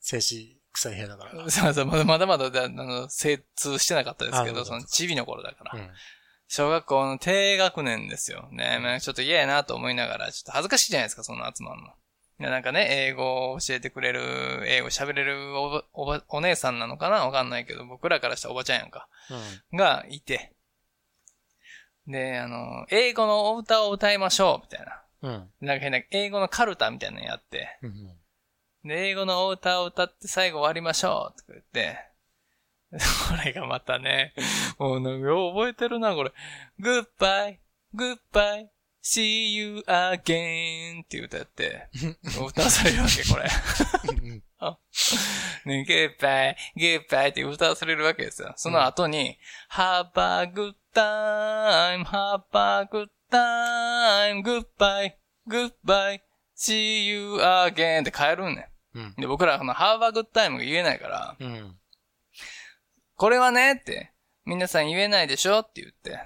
S2: 精子臭い部屋だから。
S1: そうそうまだまだまだだあの精通してなかったですけ
S2: あ
S1: ど、そ
S2: そ
S1: う
S2: そう
S1: のチビの頃だから。
S2: うん。
S1: 小学校の低学年ですよ。ね、まあちょっと嫌やなと思いながら、ちょっと恥ずかしいじゃないですか、そんな集まんの。いやなんかね、英語を教えてくれる、英語喋れるおば、おば、お姉さんなのかなわかんないけど、僕らからしたらおばちゃんやんか。
S2: うん。
S1: がいて。で、あの、英語のお歌を歌いましょう、みたいな。
S2: うん。
S1: なんか変な、英語のカルタみたいなのやって。
S2: うん。
S1: で、英語のお歌を歌って最後終わりましょうとか言って。 これがまたね、もうなんかよう覚えてるな、これ。goodbye, goodbye, see you again って歌って、歌わされるわけ、これ。
S2: う ん
S1: ね、goodbye, goodbye って歌わされるわけですよ。その後に、have a good time, have a good time, goodbye, goodbye, see you again って変えるんねん。
S2: うん。
S1: で、僕らこの Have a good time が言えないから、
S2: うん。
S1: これはねって、皆さん言えないでしょって言って、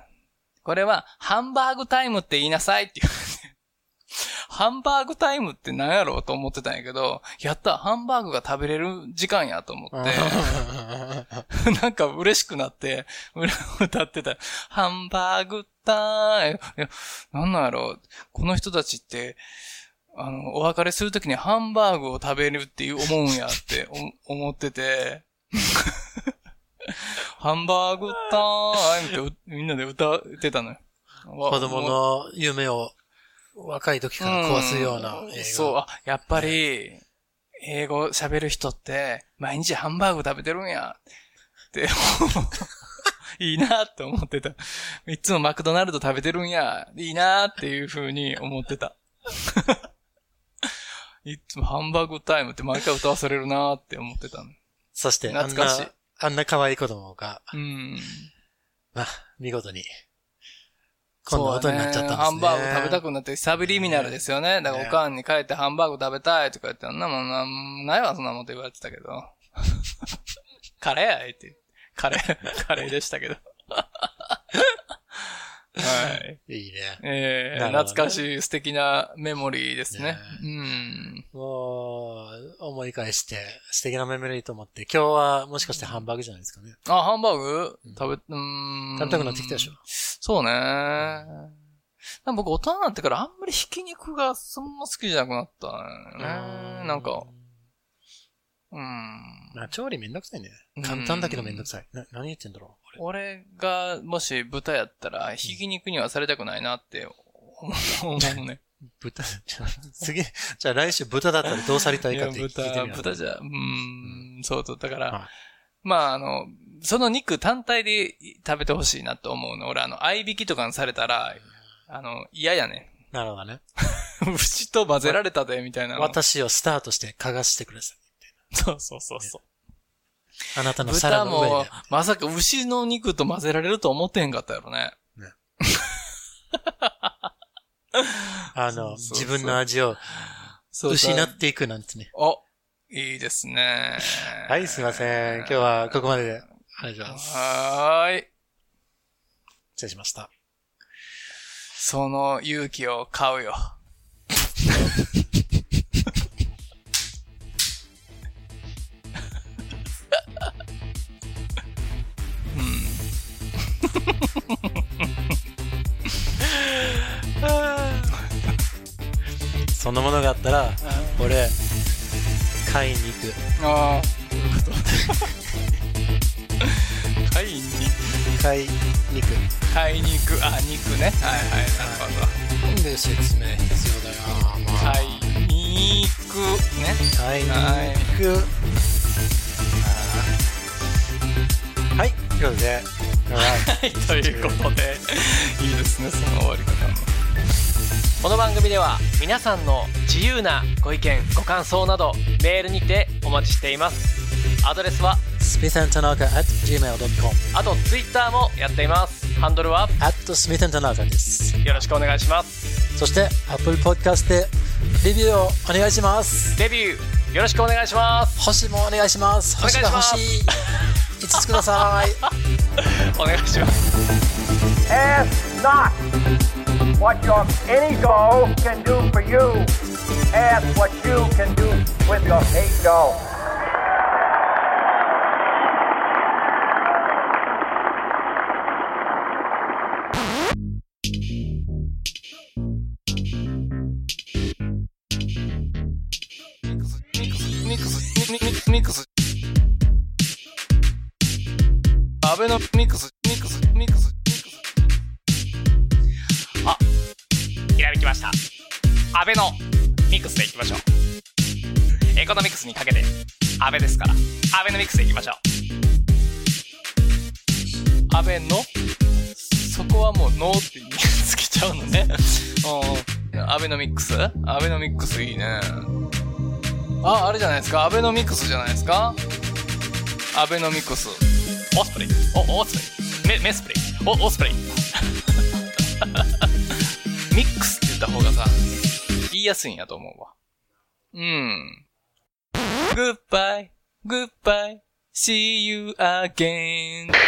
S1: これはハンバーグタイムって言いなさいって言って、ハンバーグタイムって何やろうと思ってたんやけど、やった、ハンバーグが食べれる時間やと思 って、 なんか嬉しくなって、裏歌ってた。ハンバーグタイム。いや、なんなんやろう。この人たちって、あの、お別れするときにハンバーグを食べるっていう思うんやっ てお思ってて。 ハンバーグタイムってうみんなで歌ってたのよ。わ
S2: 子供の夢を若い時から壊すような映
S1: ん
S2: 画。
S1: そう、あ、やっぱり、英語喋る人って、毎日ハンバーグ食べてるんや。って、 いいなって思ってた。いつもマクドナルド食べてるんや。いいなっていう風に思ってた。 いつもハンバーグタイムって毎回歌わされるなって思ってたの。
S2: そして、あん
S1: 懐かしい
S2: な、あんな可愛い子供が、
S1: うん。
S2: まあ、見事に、こんなことになっちゃったんですね。
S1: そうだハンバーグ食べたくなって、サブリミナルですよね。だから、
S2: ね
S1: おかんに帰ってハンバーグ食べたいとか言って、あんなもんなん、ないわ、そんなもんと言われてたけど。 カレーやいって。カレ ー、カレーでしたけど。はい。
S2: いいね。
S1: えー
S2: なるほどね
S1: 懐かしい素敵なメモリーですね。
S2: ね
S1: うん。
S2: もう、思い返して、素敵なメモリーと思って、今日はもしかしてハンバーグじゃないですかね。
S1: あ、ハンバーグ
S2: うん
S1: 食べ、うーん。
S2: 食べたくなってきたでしょ。
S1: そうね。でも僕、大人になってからあんまりひき肉がそんな好きじゃなくなったね。なんか、。うん。
S2: まあ、調理めんどくさいね
S1: うん。
S2: 簡単だけどめんどくさい。な、何言ってんだろう
S1: 俺がもし豚やったら、ひき肉にはされたくないなって思う 思うね。
S2: 俺。豚、じゃあすげえ。じゃあ来週豚だったらどうされたい
S1: い
S2: か
S1: や、
S2: って聞いてみよ
S1: 豚、
S2: う。
S1: 豚じゃ、うん、そうそう。だから、
S2: はい
S1: まあ、あの、その肉単体で食べてほしいなと思うの。俺、あの、合いびきとかにされたら、あの、嫌やね。
S2: なるほどね。
S1: 牛と混ぜられたで、みたいなの。
S2: 私をスターとして嗅がしてください。
S1: そうそうそうそう。
S2: あなたの皿
S1: 豚
S2: の上
S1: も
S2: で。、
S1: まさか牛の肉と混ぜられると思ってへんかったやろね。
S2: あ
S1: そ
S2: の、
S1: うそうそう
S2: 自分の味を
S1: そうだ
S2: 失っていくなんてね。
S1: お、いいですね。
S2: はい、すいません。今日はここまでで。ありがとうございます。
S1: はーい。
S2: 失礼しました。
S1: その勇気を買うよ。
S2: そんなものがあったら、俺、買いに行く。
S1: ああ。買いに、
S2: 買いに行く。
S1: 買いに行く。あ、肉ね。はいはい、なるほど。
S2: なんで説明必要だよ。ま
S1: 買いに行く。ね。
S2: あ、買いに行く。あーはい、ということで、今日は
S1: はい、ということで、いいですね、その終わり方も。
S3: この番組では皆さんの自由なご意見ご感想などメールにてお待ちしていますアドレスは
S2: smithandtanaka at gmail.com
S3: あとツイッターもやっていますハンドルは
S2: at smithandtanaka です。
S3: よろしくお願いします
S2: そして、Apple Podcast でレビューをお願いします。
S3: デビューよろしくお願いします
S2: 星もお願いします。
S3: 願い
S2: 星
S3: し
S2: が
S3: ま
S2: 欲
S3: す
S2: しい。5つください。
S3: お願いします
S4: Ask not what your any goal can do for you. Ask what you can do with your eight goal.
S1: あ、ひらめきました。安倍のミックスでいきましょう。エコノミクスにかけて、安倍ですから、安倍のミックスでいきましょう。安倍のそこはもうノーってつけちゃうのね。 うん。アベノミックスアベノミックスいいね。あ、あれじゃないですか。アベノミクスじゃないですか。アベノミクス。オスプレイ。お、オスプレイ。メ、メスプレイ。お、オスプレイ。 ミックスって言った方がさ、言いやすいんやと思うわ。うん。Goodbye, goodbye, see you again.